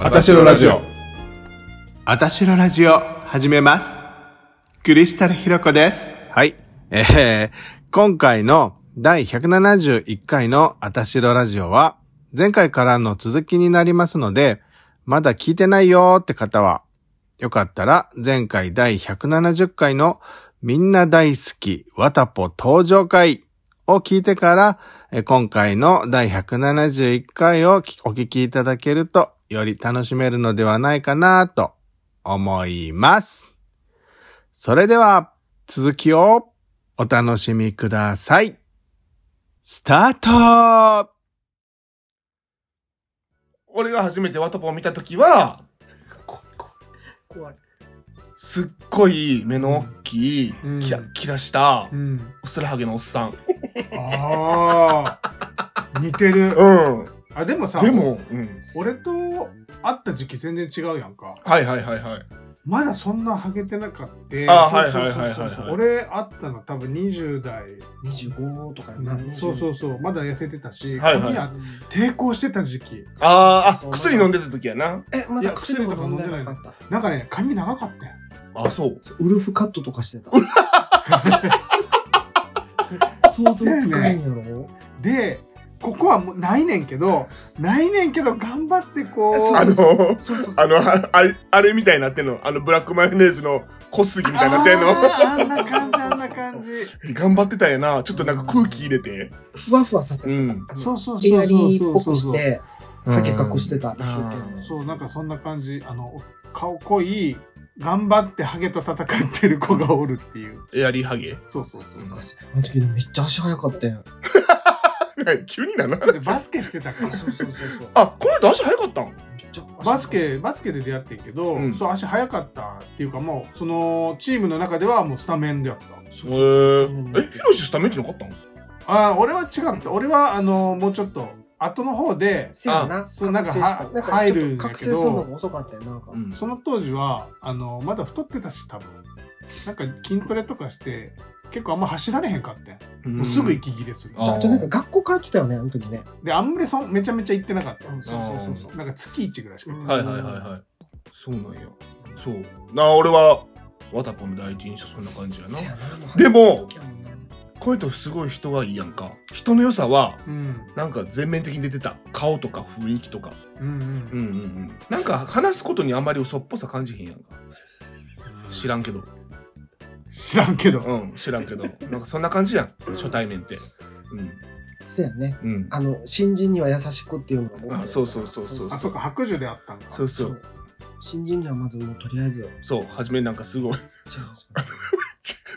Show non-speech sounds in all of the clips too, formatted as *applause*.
あたしろラジオあたしろラジオ始めます。クリスタルひろこです。はい。えー、今回の第171回のあたしろラジオは、前回からの続きになりますので、まだ聞いてないよーって方は、よかったら前回第170回のみんな大好きわたぽ登場会を聞いてから、えー今回の第171回をきお聞きいただけると、より楽しめるのではないかなと思います。それでは、続きをお楽しみください。スタート俺が初めてワタポを見た時は怖い怖い怖いすっごい目の大きい、うんキラッキラしたうんおすらはげのおっさんああ似てるうんあでもさでも、うん、俺と会った時期全然違うやんかはいはいはいはいまだそんなハゲてなかったあーそうそうはいはいそうそうはいはいはい俺会ったの多分20代25とかやな、そうそうそうまだ痩せてたし、はいはい髪は抵抗してた時期あーあ薬飲んでた時やなえまいやだ薬とか飲んでなかったなんかね髪長かったよあそうウルフカットとかしてた想像つかへんやろでここはもうないねんけ *laughs* どないねんけど頑張ってこうあの *laughs* そうそうそうあのああれあれみたいになってんのあのブラックマヨネーズの小杉みたいになってんのあーあんな感じあんな感じ頑張ってたんやなちょっとなんか空気入れてふわふわさせてうた、んあのそうそうそうそうそうエアリーっぽくしてハゲ隠してた、一生懸あ命そうなんかそんな感じあの顔濃い頑張ってハゲと戦ってる子がおるっていうエアリーハゲそうそうそう難しいあの時でもめっちゃ足速かったやん急にななだってバスケしてた *laughs* からそうそうそうそうあこの人足早かったんめっちゃ足速かったバスケバスケで出会ってんけど、うんそう足速かったっていうかもうそのチームの中ではもうスタメンであったへーうえヒロシスタメンじゃなかったんあー俺は違った俺はあのもうちょっと後の方でせやなそうなんか覚醒したはなんか入るちょんっとだ覚け醒どするのが遅かったよなんか、うんその当時はあのまだ太ってたし多分なんか筋トレとかして結構あんま走られへんかってんもうすぐ息切れするああとなんか学校帰ってたよねあの時ねであんまりそんめちゃめちゃ行ってなかったうんそうそうそうそうなんか月1ぐらいしか行ってはいはいはいはい。そうなんや。そう。なあ俺はワタポの第一印象そんな感じやなせ。やなうでも入る時やんなこの人すごい人はいいやんか。人の良さはうんなんか全面的に出てた。顔とか雰囲気とか。うんうんんうんうん。なんか話すことにあんまり嘘っぽさ感じへんやんか。知らんけど。知らんけどうん知らん *laughs* けど。なんかそんな感じやん。初対面って。せやねうんうん。あの新人には優しくっていうのが僕あそうそうそうそうあそうか白状であったんかそうそそうう。新人にはまずもうとりあえずよそう。初めなんかすごい。 *laughs* じゃあそ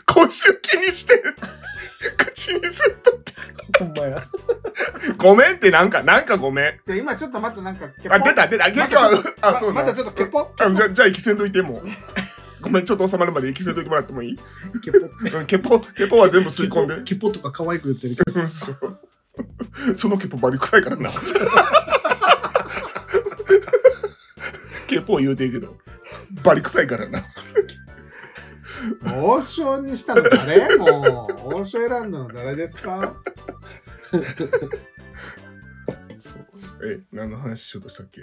今週気にしてる。 *laughs* 口にすっれほんまやと。ごめんってなんかなんかごめん。で今ちょっとまずなんかケポあ出た出た。結局はあそうなまんだちょっとケポあじゃあじゃあ息せんといてもうごめんちょっと収まるまで息せんといてもらってもいいケポうんケポケポは全部吸い込んでケポとか可愛く言ってるけどうんそうそのケポバリ臭いからなケポ言うてるけどバリ臭いからな王将にしたの *laughs* 誰もう王将選んだの誰ですかえ何の話しようとしたっけ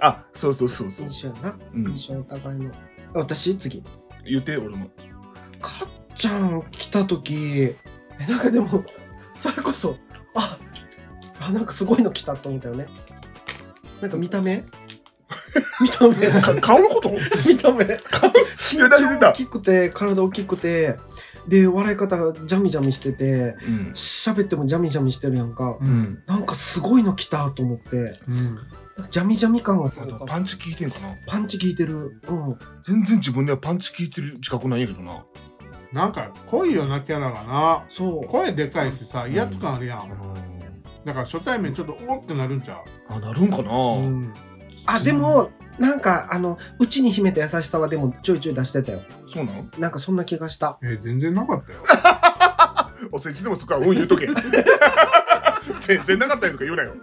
あそうそうそうそう、印象やなうん、印象お互いのあ私次言うて俺もかっちゃん来た時えなんかでもそれこそああなんかすごいの来たと思ったよねなんか見 *laughs* た目見た目か顔のことい見た目身や長だ出た大きくて体大きくてで笑い方がジャミジャミしててうん喋ってもジャミジャミしてるやんか、うんなんかすごいの来たと思ってうんジャミジャミ感がすあごとかっパたンチ効いてんかなパンチ効いてるうん全然自分ではパンチ効いてる自覚ないんやけどななんか濃いよなキャラがなそう声でかいしさ威圧感あるやんうんだから初対面ちょっとおってなるんちゃあなるんかな、ううんあでもなんかあのうちに秘めた優しさはでもちょいちょい出してたよそうなのなんかそんな気がしたえ全然なかったよお世辞でもそこはうん言うとけ全然なかったよとか言うなよ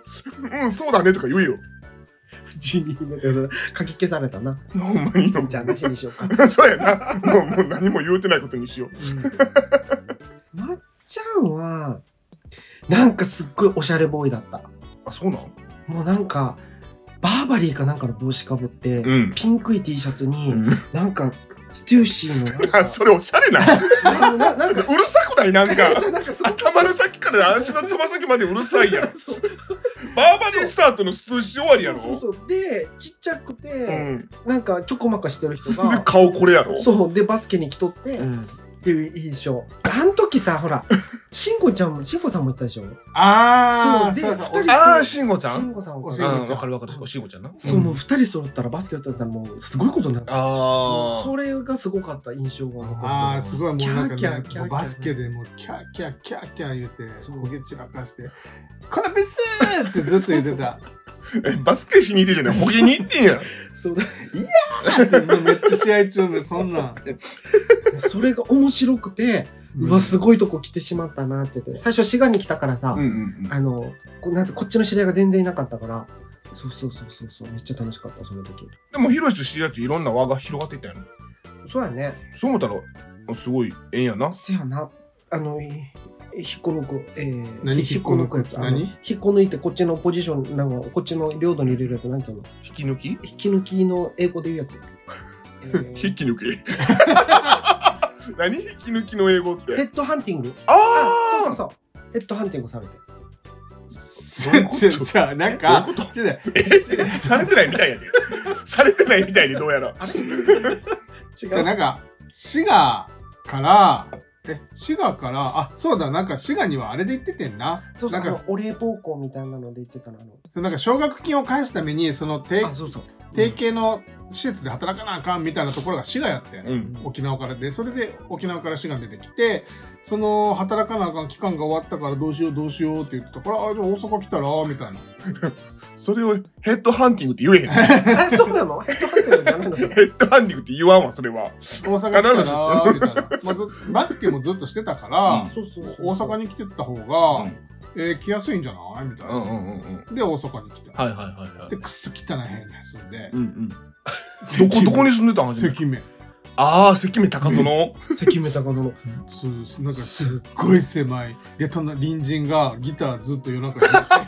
うんそうだねとか言えようちに秘めた優しさかき消されたなほんまによじゃあなしにしようかそうやなもうもう何も言うてないことにしようまっちゃんはなんかすっごいおしゃれボーイだったあそうなんもうなんかバーバリーかなんかの帽子かぶって、うん。ピンクい T シャツに、うんなんかステューシーのなん *laughs* あかそれおしゃれな。なななんうかるさくないなんか。 *laughs* なんかすごい頭の先から足のつま先までうるさいやん。そうバーバリースタートのス通し終わりやろ。そうそうそうでちっちゃくて、うん。でなんかちょこまかしてる人が顔これやろ。 *laughs* そうでバスケに来とって、うん。っていう印象あん時さほら慎吾ちゃんも慎吾さんも言ったでしょああ、そうでそうそう二人ああ、慎吾ちゃん。慎吾さんおはうし慎吾ちゃん、んわかるわかる。お慎吾ちゃんな。その二人揃ったらバスケやったらもうすごいことになるあそれがすごかった印象が残ってるああすごいもうなんかキャーキャーキャーキャーバスケでもうキャーキャーキャーキャー言うてそう焦げ散らかして「これブスー!」ってずっと言ってたえバスケしに行ってんじゃない。ホゲに行ってんやん。そう *laughs* もうめっちゃ試合中もそんなんそれが面白くて、うわすごいとこ来てしまったなって言って最初滋賀に来たからさ、うんうんあのこなんてこっちの知り合いが全然いなかったからそうそうそうそうそうめっちゃ楽しかったその時でもヒロシと知り合っていろんな輪が広がっていったやん。そうやねそう思ったらすごい縁やな。せやなあのい引っこ抜く、えー、何引っこ抜くやつ引っこ抜くあの何引っこ抜いてこっちのポジションなんかこっちの領土に入れるやつなんていうの引き抜き？引き抜きの英語で言うやつ、え *laughs* ー引き抜き。何引き抜きの英語って。ヘッドハンティングあそうあそうそうヘッドハンティングされてういうことじゃじゃあなんかどういうことちょっとねあ。されてないみたいや *laughs* で。されてないみたいでどうやら。あれじゃあ違うなんか滋賀からえ滋賀からあそうだなんか滋賀にはあれで行っててんなそうそなうあんかのお礼奉公みたいなので言ってたのあのなんか奨学金を返すためにその提あそうそう提携の施設で働かなあかんみたいなところが滋賀やってんうん。沖縄からでそれで沖縄から市が出てきてその働かなあかん期間が終わったからどうしようどうしようって言ってたからあじゃあ大阪来たらみたいなそれをヘッドハンティングって言えへんの。あそうなのヘッドハンティングじゃないのヘッドハンディングって言わんわ、それは。大阪来たらみたいな、まあず、バスケもずっとしてたから、そうそうそう大阪に来てた方が、うんえー来やすいんじゃないみたいな、うんうん。で大阪に来て、あ。はいはいはいはいで。くっそ汚い部屋に住んで、うんうん。どこ、どこに住んでたん初め関目ああ、関目高園。関目高殿 *laughs* そうなんかすっごい狭いでその隣人がギターずっと夜中に弾い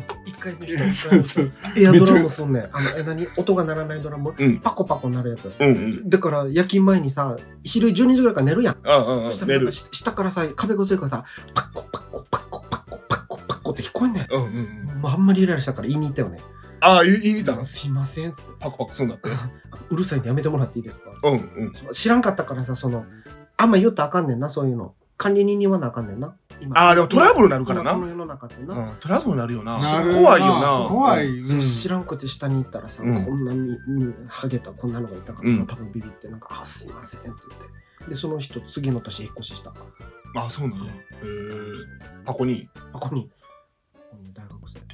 て一回うんそうそうエアドラムすんねんあのえ何音が鳴らないドラム、うんパコパコ鳴るやつうんうん。だから夜勤前にさ昼12時ぐらいから寝るやん、うんうんうそしたん。ら寝なるんか。し下からさ壁が薄いからさパコパコパコパコパコパコって聞こえんねんうんうんうん。もうあんまりイライラしたから言いに行ったよねああ、言い言いに行ったんすいませんっつって *laughs* パクパクするんだって。うるさいんでやめてもらっていいですか、うんうん。知らんかったからさそのあんま言ったらあかんねんなそういうの管理人に言わなあかんねんな今ああ、でもトラブルになるから今このな。世の中ってな、うん、トラブルになるよな。なる怖いよな。怖い、うそんう知らんくて下に行ったらさ、うんこんなに、うん、ハゲたこんなのがいたからさ、うん多分ビビってなんか「あすいません」って言ってでその人次の年引っ越ししたからああ、そうなの。へえ。箱に。あここにここに大学生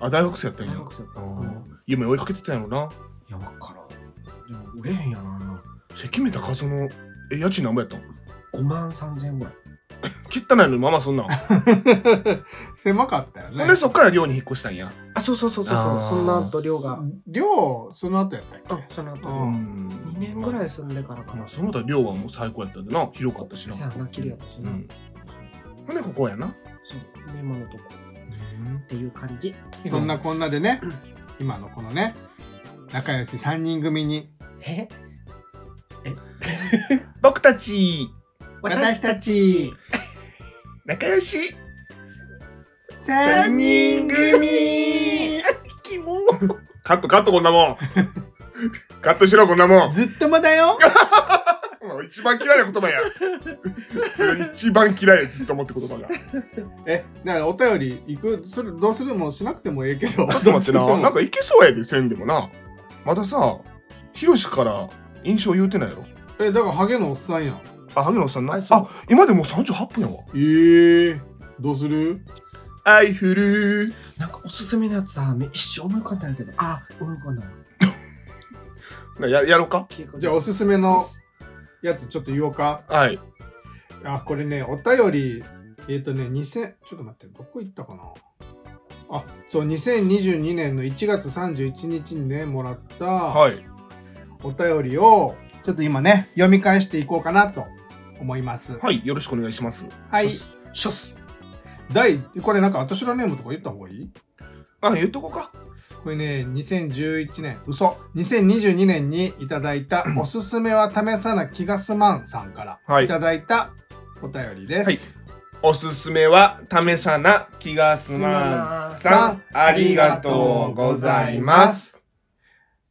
あ、大学生やったん大や。学生だった、ううん、いん夢追いかけてたんやろな。やわからんでも売れへんやなあんな関目高園。え、家賃何ぼやったん5万3000円ぐらい汚いのにままそ *laughs* んなん。狭かったよねほんで、そっから寮に引っ越したんや。あそうそうそうそうあそうーその後寮が寮その後やったっあけその後うんん2年ぐらい住んでからかまなあ、その他寮はもう最高やったんでな広かったしなせやな綺麗やったしうな、んほんでここやなそうで今のとこっていう感じそんなこんなでね今のこのね仲良し3人組にえ僕たち私たち仲良し3人組キモカットカットこんなもん *laughs* カットしろこんなもんずっともだよもう一番嫌いな言葉やそれ一番嫌いやずっと思って言葉がえだからお便り行くそれどうするもうしなくてもええけどちょっ *laughs* と待ってななんかかいけそうやでせんでもなまたさヒロシから印象言うてないやろえだからハゲのおっさんやんあ萩野さんなああそう今でもう38分やわえー、どうするアイフルなんかおすすめのやつさ、め一生思い浮かんだんやけど、あ、思い浮かんだわ。ややろうかじゃあおすすめのやつちょっと言おうかはいあこれねお便りえっ、とね2000ちょっと待ってどこ行ったかなあそう2022年の1月31日にねもらった、はいお便りをちょっと今ね読み返していこうかなと思います。はい、はいよろしくお願いしますショス。第これなんか私のネームとか言った方がいい？あ言っとこうかここれね2011年嘘2022年にいただい *clears throat* たおすすめは試さな気がすまんさんかはらいいただいたお便りです、はいおすすめは試さな気がすまんさんありがとうございます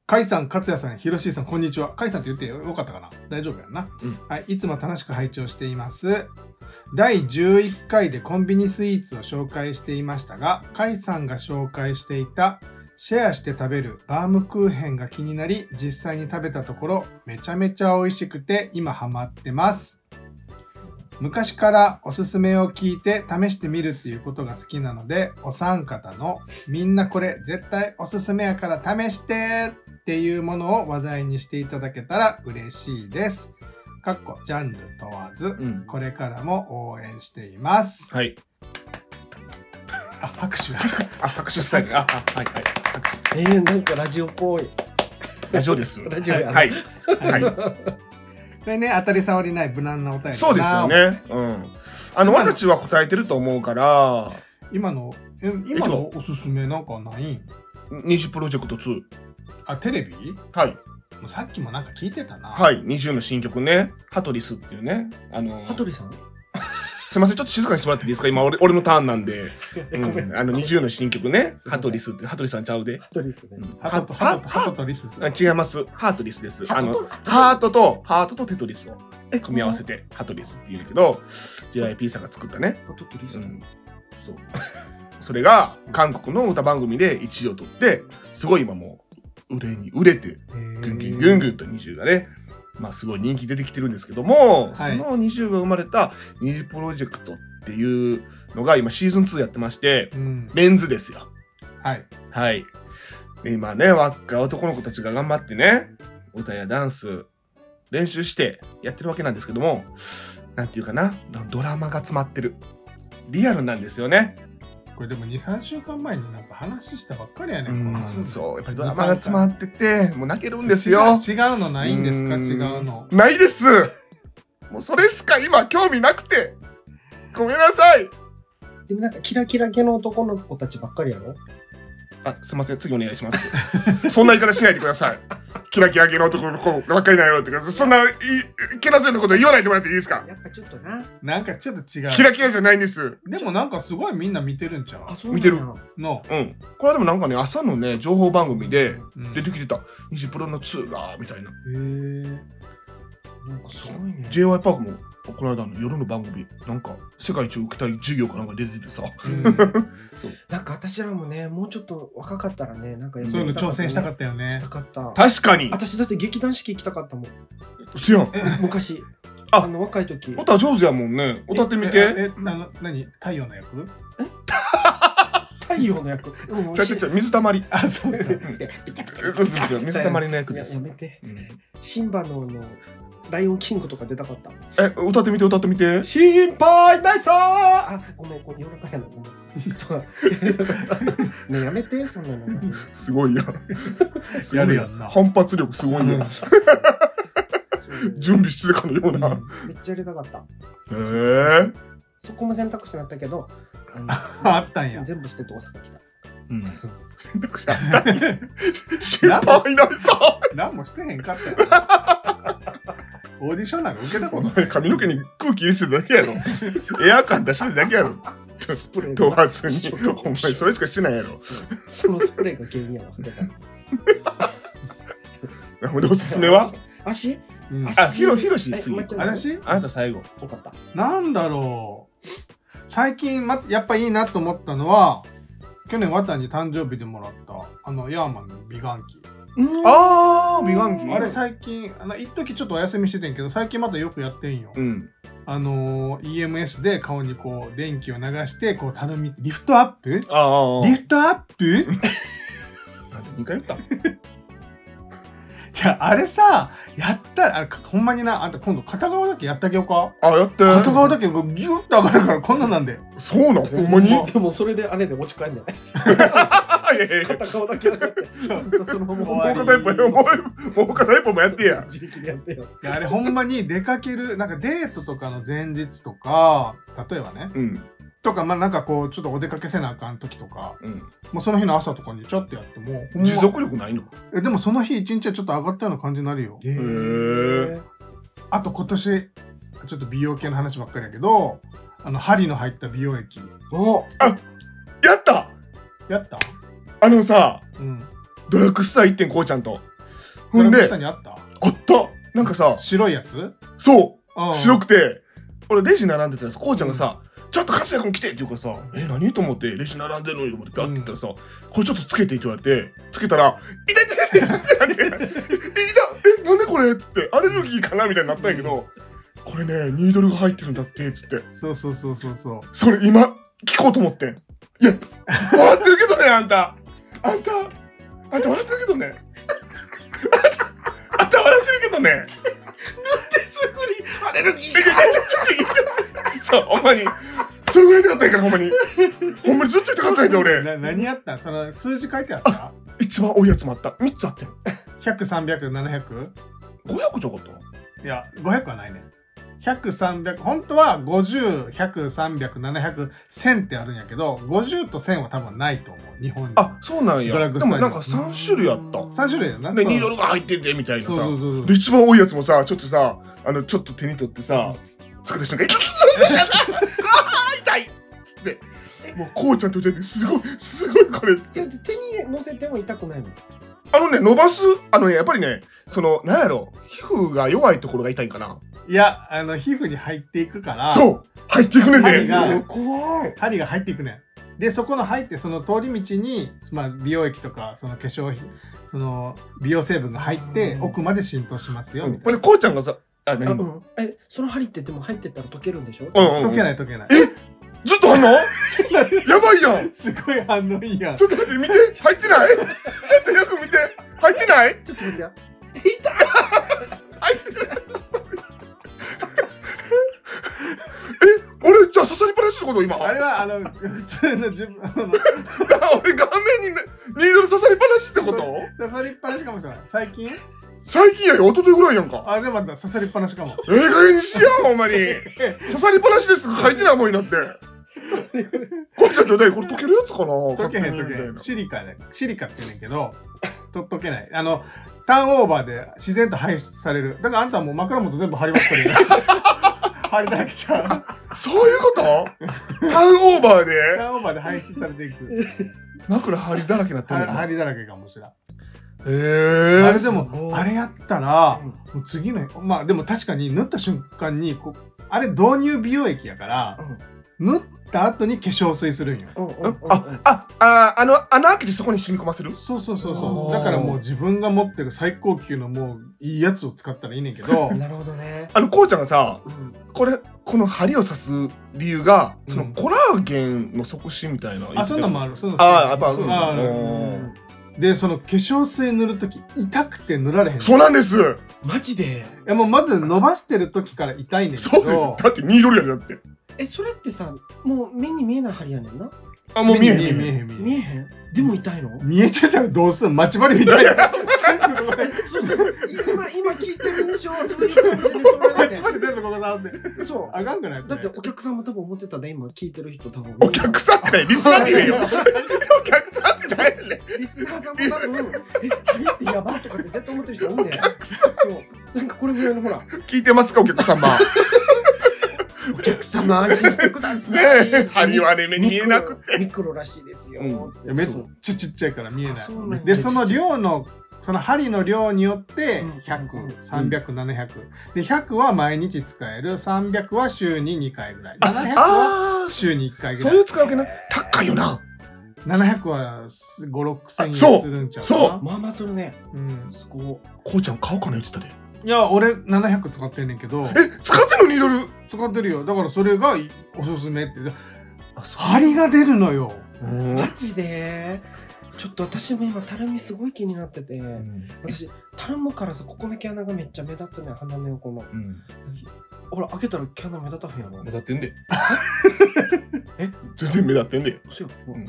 甲斐さん、勝也さん、広しさん、こんにちは。甲斐さんって言ってよかったかな大丈夫やんな、うんはい。いつも楽しく拝聴しています。第11回でコンビニスイーツを紹介していましたが、甲斐さんが紹介していたシェアして食べるバームクーヘンが気になり、実際に食べたところ、めちゃめちゃ美味しくて、今ハマってます。昔からおすすめを聞いて試してみるっていうことが好きなので、お三方のみんなこれ絶対おすすめやから試してっていうものを話題にしていただけたら嬉しいです。かっこジャンル問わず、うんこれからも応援しています。はいあ、拍手が。あ拍手スタイルああはいはい拍手えー、なんかラジオっぽい。ラジオですラジオやなはいはい、はこれね、当たり障りない無難なお便りかい、なそうですよ。ねうんあの私は答えてると思うから今の、え今のおすすめなんかない20プロジェクト2あ、テレビはいもうさっきもなんか聞いてたな。はい20の新曲ねハトリスっていうねあの羽鳥さん。すいませんちょっと静かにしてもらっていいですか今俺俺のターンなんで、えうんごめん。あの20の新曲ねすいませんハトリスってハトリさんちゃうで羽鳥ですね。ハトとハトとハトとリスス。あ違います。ハートリスです。あ羽の鳥ハートとハートとテトリスを組み合わせてハートリスっていうんだけど、JIP さんが作ったね。羽鳥ですうねん、そう。それが韓国の歌番組で1位を取って、すごい今もう売れに売れて、ぐんぐんぐんぐんと20がね、まあすごい人気出てきてるんですけども、そはいの20が生まれた20プロジェクトっていうのが今シーズン2やってまして、うん。メンズですよ。はい。はい。今ね、若い男の子たちが頑張ってね、歌やダンス、練習してやってるわけなんですけども、なんていうかな、ドラマが詰まってる。リアルなんですよね。これでも2、3週間前になんか話したばっかりやね、うこんんの話、そう、やっぱりドラマが詰まってて、もう泣けるんです違よう。違うのないんですかう違うの。ない *laughs* です。もうそれしか今興味なくて。ごめんなさい。でもなんかキラキラ系の男の子たちばっかりやろあ、すいません、次お願いします。 *laughs* そんな言い方しないでください。キラキラ系の男の子ばっかりだよってか、そんないいけなせのこと言わないでもらっていいですかやっぱちょっとな。なんかちょっと違う。キラキラじゃないんです。でもなんかすごいみんな見てるんちゃうそうなん見てるやの、うん。これはでもなんかね、朝のね、情報番組でうん出てきてた、ニジプロの2が、みたいな。へーなんかすごいね。 j y パークも、この間の夜の番組、なんか、世界一受けたい授業かなんか出ててさ。うんそう。なんか私らもね、もうちょっと若かったらね、なんかそういうの挑戦したかっったよたねした。かった。確かに私だって劇団四季行きたかったもん、すやん。昔。ああの若い時。歌上手やもんね。歌ってみえて。え、あの、何太陽の役太陽の役。うんちゃちゃちゃ、水たまり。あ、そうか。そうそうそう水たまりの役いでやすや。めて。うんシンバのあのライオンキングとか出たかった。え、歌ってみて、歌ってみて。心配ないさあ、ごめん、これ夜中やな、ごめん。ちょっとねやめて、そんなの。すごいやん。すごいやるやんな反発力すごいやん。準備してたかのような。へめっちゃやりたかった。えそこも選択肢になったけど、ああったんやの。全部捨てて大阪来た。うん。選択肢あった心配ないさ。何もしてへんかったよ。オーディションなんか受けたことない。髪の毛に空気入れてただけやろエア感出してただけやろスプレー問がわずにお前それしかしてないやろそのスプレーが原因やわ。だからなのでおすすめは足うんあひろひろしえ次まっちゃん私あなた最後よかった。なんだろう最近、ま、やっぱいいなと思ったのは去年ワタに誕生日でもらったあのヤーマンの美顔器あああ美顔器あれ最近あの一時ちょっとお休みしててんけど最近またよくやってんよ、うんあのー EMS で顔にこう電気を流してこうたるみリフトアップああリフトアップ2回言っじゃああれさやったらあれかほんまになあんた今度片側だけやったげようかたあやって片側だけこうギュッと上がるからこんなんなんでそうなんほんまにいやでもそれであれで落ち帰んね。いやいや片側だけ上がって。そのままもう片一方やもうもう片一方もやってや自力でやってよ。いやあれほんまに出かけるなんかデートとかの前日とか例えばねうんとか、まあなんかこう、ちょっとお出かけせなあかん時とか、うん。もうその日の朝とかにちょっとやっても、ほんま持続力ないのえでもその日一日はちょっと上がったような感じになるよ。へええ。あと今年、ちょっと美容系の話ばっかりやけど、あの、針の入った美容液、おやったやったあのさ、うん。ドラッグスター1.5ちゃんと。ほドんラッグスでタ、ーにあったあったなんかさ、白いやつそうう、ん白くて、俺レジ並んでたらさ、こうちゃんがさ、ちょっと勝也君来てって言うからさ、え、何と思って、レジ並んでるのにと思って、ピャって言ったらさ、これちょっとつけてって言われて、つけたら、痛い痛い痛い痛い痛い痛い痛いえ、なんでこれっつって、アレルギーかなみたいになったんやけど、これね、ニードルが入ってるんだって、つって。そうそうそうそうそう。それ今聞こうと思ってんいや笑ってるけどねあんたあんたあんた笑ってるけどねあんたあんた笑ってるけどねすぐにアレルギ *laughs* ーそうほんまにそれぐらいでかったんやからほんまにほんまにずっと痛かったんやで俺な何やったその数字書いてあった一番多いやつもあった3つあってん ?100、300、700? 500じゃなかっいや、500はないね。100、300、本当は50、100、300、700、1000ってあるんやけど、50と1000は多分ないと思う、日本に。たあそうなんドラやッグスでトアもなんか3種類あった3種類だな。でそうニードルが入っててみたいなそうさそうそうでそう。一番多いやつもさちょっとさあのちょっと手に取ってさ作る瞬間「痛い痛い痛い!」っつってもうこうちゃんと出てすごいすごいこれっつっそれてで手に乗せても痛くないのあのね伸ばすあのねやっぱりねそのなんやろ皮膚が弱いところが痛いんかないや、あの、皮膚に入っていくから、そう入っていくねん針ねがうん怖い針が入っていくねん。で、そこの入って、その通り道に、まあ、美容液とか、その化粧品、その美容成分が入って、奥まで浸透しますよ、うみんたこいれな。こうちゃんがさあ何あうもんえその針ってでも入ってったら溶けるんでしょうんうん溶けない溶けない。ずっとあんのやばいやんすごい反応いいやんち。ょっと待って見て入ってないちょっとよく見て入ってないちょっと待ってや入ってない *laughs* え俺じゃあ刺さりっぱなしってこと今あれはあの普通の自分あのあ *laughs* 俺顔面にねニードル刺さりっぱなしってこと刺さりっぱなしかもしれない最近最近やよ一昨日ぐらいやんかあでもまた刺さりっぱなしかもええ加減にしやほんまに刺さりっぱなしです書いてないもんに *laughs* なってこれちゃんどうだいこれ溶けるやつかな溶けへん溶けみたへいんなシリカねシリカって言うねんけどと溶けないあのターンオーバーで自然と排出されるだからあんたはもう枕元全部張りまくってる *laughs* 張りだらけちゃうそういうことターンオーバータ *laughs* でーンオーバーで排出されていく枕張りだらけになってん張の張へりだらけかもしれないえあれー、でもあれやったらうんもう次のまあでも確かに塗った瞬間にこうあれ導入美容液やから塗った後に化粧水するんようんうんうんうんああああの穴開けてそこに染み込ませるそうそうそうあそーうだからもう自分が持ってる最高級のもういいやつを使ったらいいねんけ *laughs* どなるほどねあのこうちゃんがさうんこれこの針を刺す理由がそうのんコラーゲンの促進みたいな、あそんなんもあるそんなんもあーやっぱあるんだあうるんでその化粧水塗るとき痛くて塗られへんそういなんですマジでやもうまず伸ばしてるときから痛いねんけそうだどよだってニードルやでだってえそれってさもう目に見えない針やねんなあもう見えへん見見ええへんへ見えんへん見えへんでも痛いの見えてたらどうすんの待ち針みたいなそうそう今今聞いてる印象はそういう感じで捉えら待れち針全部ここ触っててそあかんくないそれうだってお客さんも多分思ってたで今聞いてる人多分お客さんってないリスナーって言えよそうお客さんってないよねリスナーさんも多分え針ってやばいとかって絶対思ってる人多いんだよそうなんかこれぐらいのほら聞いてますかお客様ねお客様安心してくださいえ針はね目に見えなくて *laughs* ミクロらしいですよ、うんいやめっそうちゃちっちゃいから見えなあそうないんでやその量のその針の量によってうん100300700700で100は毎日使える300は週に2回ぐらい700はあ週に1回あぐらそういいう使い分けな高いよな700は56000円あそうするんちゃうそかなまあまあそれねうんそここうちゃん買おうかな言ってたでいや俺700使ってんねんけどえ使ってんのニードル使ってるよだからそれがおすすめってあそ針が出るのようんマジでちょっと私も今たるみすごい気になってて私たるむからさここの毛穴がめっちゃ目立つね鼻の横のうんほら開けたら毛穴目立たへんやろ立ってんでえ全然目立ってんでそうやほらうん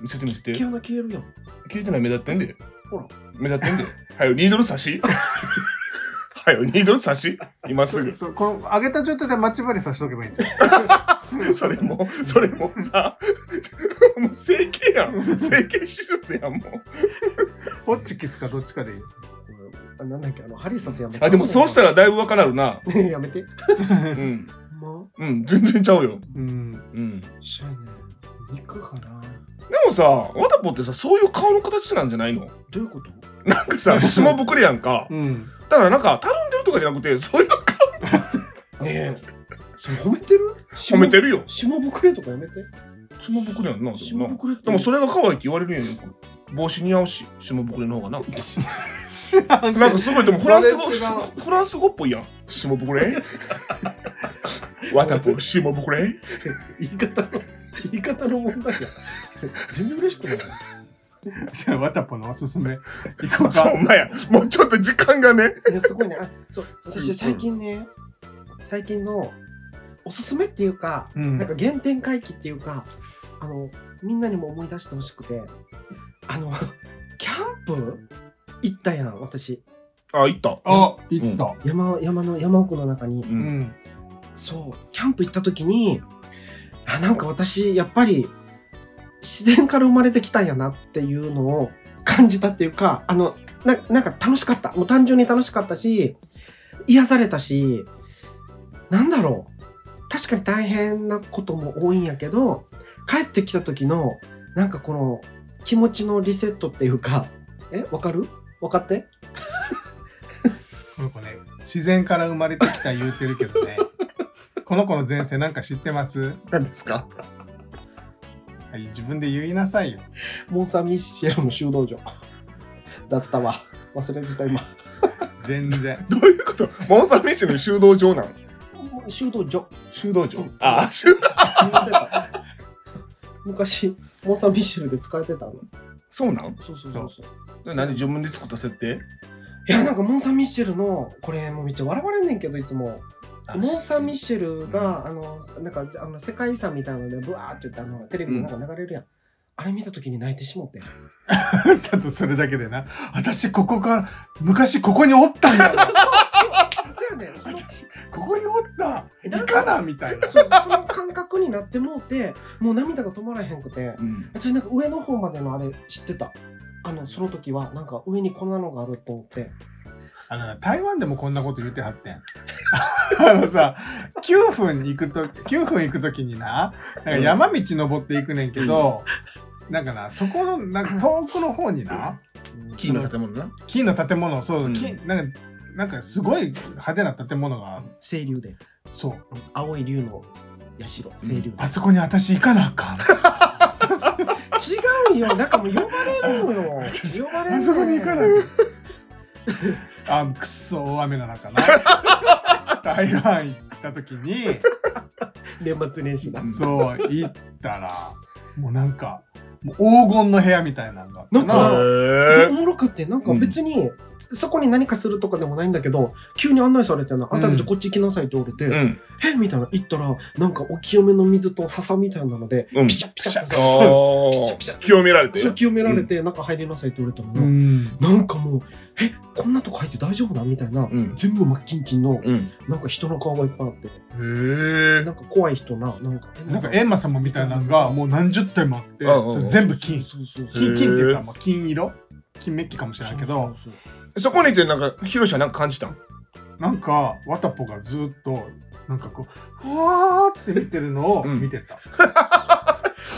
見せて見せて毛穴消えるやん聞いてない目立ってんでほら目立ってんではよニードル差しはよニードル差し今す *laughs* ぐそうこの上げた状態で待ち針さしとけばいいんじゃんそれもそれもさもう整形やん整形手術やんもうホッチキスかどっちかでいい。あなんだっけ、あの、ハリーさせやめて。あでもそうしたらだいぶわかなるなら。 *laughs* やめて。うんまうん全然ちゃうようん。うんであ、しゃあね。肉かな。もさわたぽってさそういう顔の形なんじゃないのどういうことなんかさ下ぶくれやんかうん。だからなんかたるんでるとかじゃなくてそういう顔ねえ。それ褒めてる褒めてるよ下ぶくれとかやめて。下ぶくれやんなで下もなぶくれって。でもそれが可愛いって言われるんやんよく帽子似合うし下ぶくれの方がな知らんけどなんかすごいでもフランス語それ違フランス語っぽいやん。下ぼくれ。わたぽ下ぼくれ。言い方の、言い方の問題や。全然嬉しくない。じゃあ、わたぽのおすすめ。いこうそか。うまや。もうちょっと時間がね。いやすごいね。あそううん私最近ね、最近のおすすめっていうか、うんなんか原点回帰っていうか、あのみんなにも思い出してほしくて、あのキャンプ行ったやん私あ、行った。あ、いった。山山の山奥の中にう。うんん。そうキャンプ行った時にあなんか私やっぱり自然から生まれてきたんやなっていうのを感じたっていうかあのななんか楽しかったもう単純に楽しかったし癒されたしなんだろう確かに大変なことも多いんやけど帰ってきた時のなんかこの気持ちのリセットっていうかえわかる分かってこの子ね、自然から生まれてきた言うてるけどね。 *laughs* この子の前世なんか知ってます何ですかはい、自分で言いなさいよ。モン・サン・ミシェルの修道場だったわ忘れてた今全 *laughs* 然。どういうことモンサンミッシェルの修道場なの修道場修道場。あ、修道 *laughs* 昔モン・サン・ミシェルで使えてたのそうなんそうそうそうそう何自分で作った設定いやなんかモン・サン・ミシェルのこれもうめっちゃ笑われんねんけどいつもモン・サン・ミシェルが、あのなんかあの世界遺産みたいなのでブワーって言ってあのテレビでなんか流れるやん、あれ見た時に泣いてしも *laughs* ってたとそれだけでな。私、ここから、昔ここにおったん *laughs* や。そうやねんその私、ここにおった。いかなみたいな。そうその感覚になってもうてもう涙が止まらへんくてうん。私なんか上の方までのあれ知ってたあのその時はなんか上にこんなのがあると思ってあのな台湾でもこんなこと言ってはってん。 *laughs* あのさ9分行くと9分行く時にななんか山道登っていくねんけど、なんかなそこのなんか遠くの方にな金の建物な。金の建物そう、うん金なんかなんかすごい派手な建物が清流でそう青い竜の社清流で、あそこに私行かなあかん違 *laughs* うよなんかもう呼ばれるのよ私 *laughs* 呼ばれるのよあそこに行かなあかんあくっそ大雨の中な *laughs* 台湾行った時に年末年始だそう行ったらもうなんかもう黄金の部屋みたいなのがあってなんかなおへもろくってなんか別に、そこに何かするとかでもないんだけど急に案内されてな「あんたたちこっち行きなさい」って言われて「え。うん。えみたいな行ったらなんかお清めの水と笹みたいなので、うんピシャピシャってあャピシャー清められて。そう清められて中入りなさいって言われたのうに、んなんかもう「えこんなとこ入って大丈夫な?」みたいな、うん。全部真っキンキンのうん。なんか人の顔がいっぱいあってへえな。んか怖い人ななんかなんか閻魔様みたいなのがもう何十体もあってうんうんうんそれ全部金そうそうそう金金っていうかもう金色金メッキかもしれないけどそうそうそこにいてなんか、ヒロシはなんか感じたん *laughs* なんかわたぽがずっとなんかこうふわーって見てるのをうん見てた、そう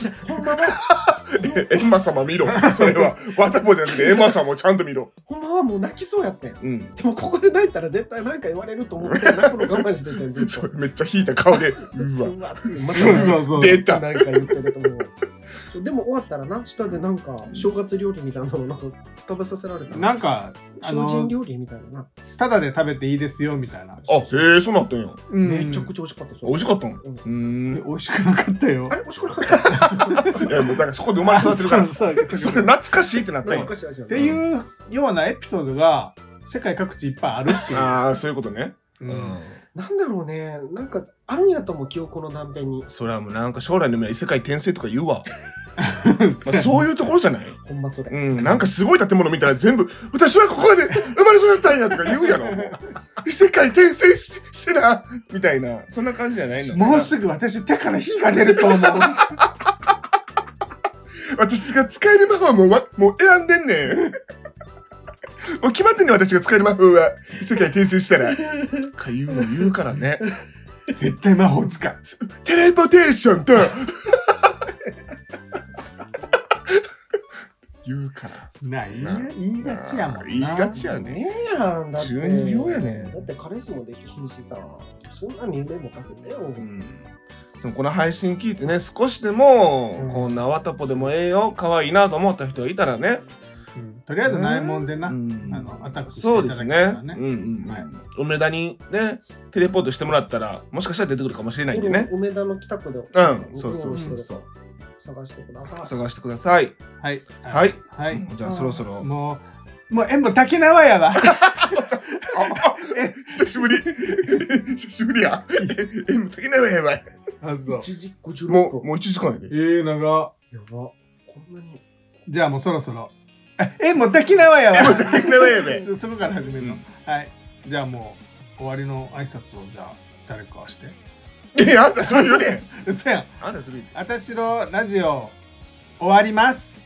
じゃあほんまはえエンマ様見ろ。それは。わたぽじゃなくて、エンマ様をちゃんと見ろ。ほんまはもう泣きそうやってんうん。でもここで泣いたら絶対何か言われると思って泣くの我慢しててん *laughs* ずっそとうめっちゃ引いた顔で、ううわ、わってまそうたそうそう出た。何か言ってると思うそうでも終わったらな下でなんか正月料理みたいなのなんか食べさせられたなんかあ精進の料理みたいななただで食べていいですよみたいなあ、へえ、そうなったんや。うんめちゃくちゃ美味しかったそう美味しかったん。ううんーん。美味しくなかったよあれ美味しくなかったいや、もうだからそこで生まれ育ってるか *laughs* ら。そうそうそれ懐かしいってなったん懐や。かしい味やっていうようなエピソードが世界各地いっぱいある *laughs* っていう。ああ、そういうことね。うんうん。なんだろうねなんかあるんやと思う記憶の断片にそれはもうなんか将来の夢は異世界転生とか言うわ。まあ、そういうところじゃないほんまそれ。うん、なんかすごい建物見たら全部「私はここで生まれ育ったんや」とか言うやろもう異世界転生ししてなみたいなそんな感じじゃないのもうすぐ私手から火が出ると *laughs* 思う私が使える魔法はもうわもう選んでんねんもう決まってんねん私が使える魔法は異世界転生したらとか言うの言うからね絶対魔法使いテレポテーションと言うからない言いがちやもんな言いがちやねねえやんだって。 12秒やねんだって彼氏もできひんしさ、そんなに夢任せてよ。うんでもこの配信聞いてね少しでも、うんこんなわたぽでもええよ可愛いなと思った人がいたらねうんとりあえずないもんでな、うんあのアタックしていそうたでだすけねたらうんねうんうんはい梅田にねテレポートしてもらったらもしかしたら出てくるかもしれないんでね梅田の北区で。うんそうそうそうそう。探してください。探してください、はいはいはい、うんじゃあそろそろもうもう縁も竹縄やわ久しぶり *laughs* 久しぶり *laughs* やえもう足りないわやばいあそう一時五十もうもう1時間やでえー、長やば。こんなに。じゃあもうそろそろあ縁も竹縄や *laughs* わ足りないわやばいそそこから始めるの、うんはいじゃあもう終わりの挨拶をじゃあ誰かしてえあんたそれ言うねん嘘やんあんたそれ言うあたしろラジオ終わります。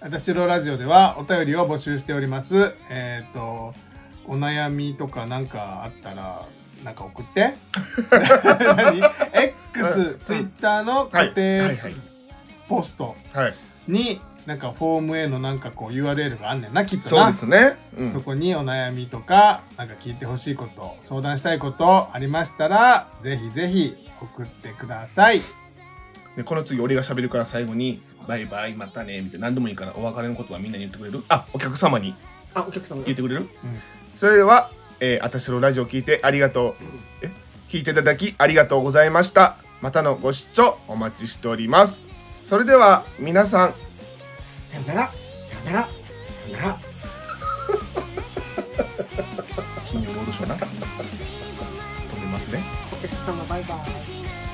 あたしろラジオではお便りを募集しております。えっ、と、お悩みとかなんかあったら、なんか送って。 *laughs* 何 ?X、Twitter のは固いはい定はいポストはいに、なんかフォームへのなんかこう URL があんねんな、きっとそうなで。すね、うそん、こにお悩みとか、なんか聞いてほしいこと、相談したいことありましたら、ぜひぜひ送ってください。でこの次俺が喋るから最後に「バイバイまたね」みたいな何でもいいからお別れの言葉みんなに言ってくれるあお客様にあ、お客様。言ってくれる、んそれでは、えー、あたしのラジオ聞いてありがとうえ聞いていただきありがとうございましたまたのご視聴お待ちしておりますそれでは皆さんさよなら。さよなら。さよなら。金曜ロードショーな飛んでますねお客様、バイバイ。 「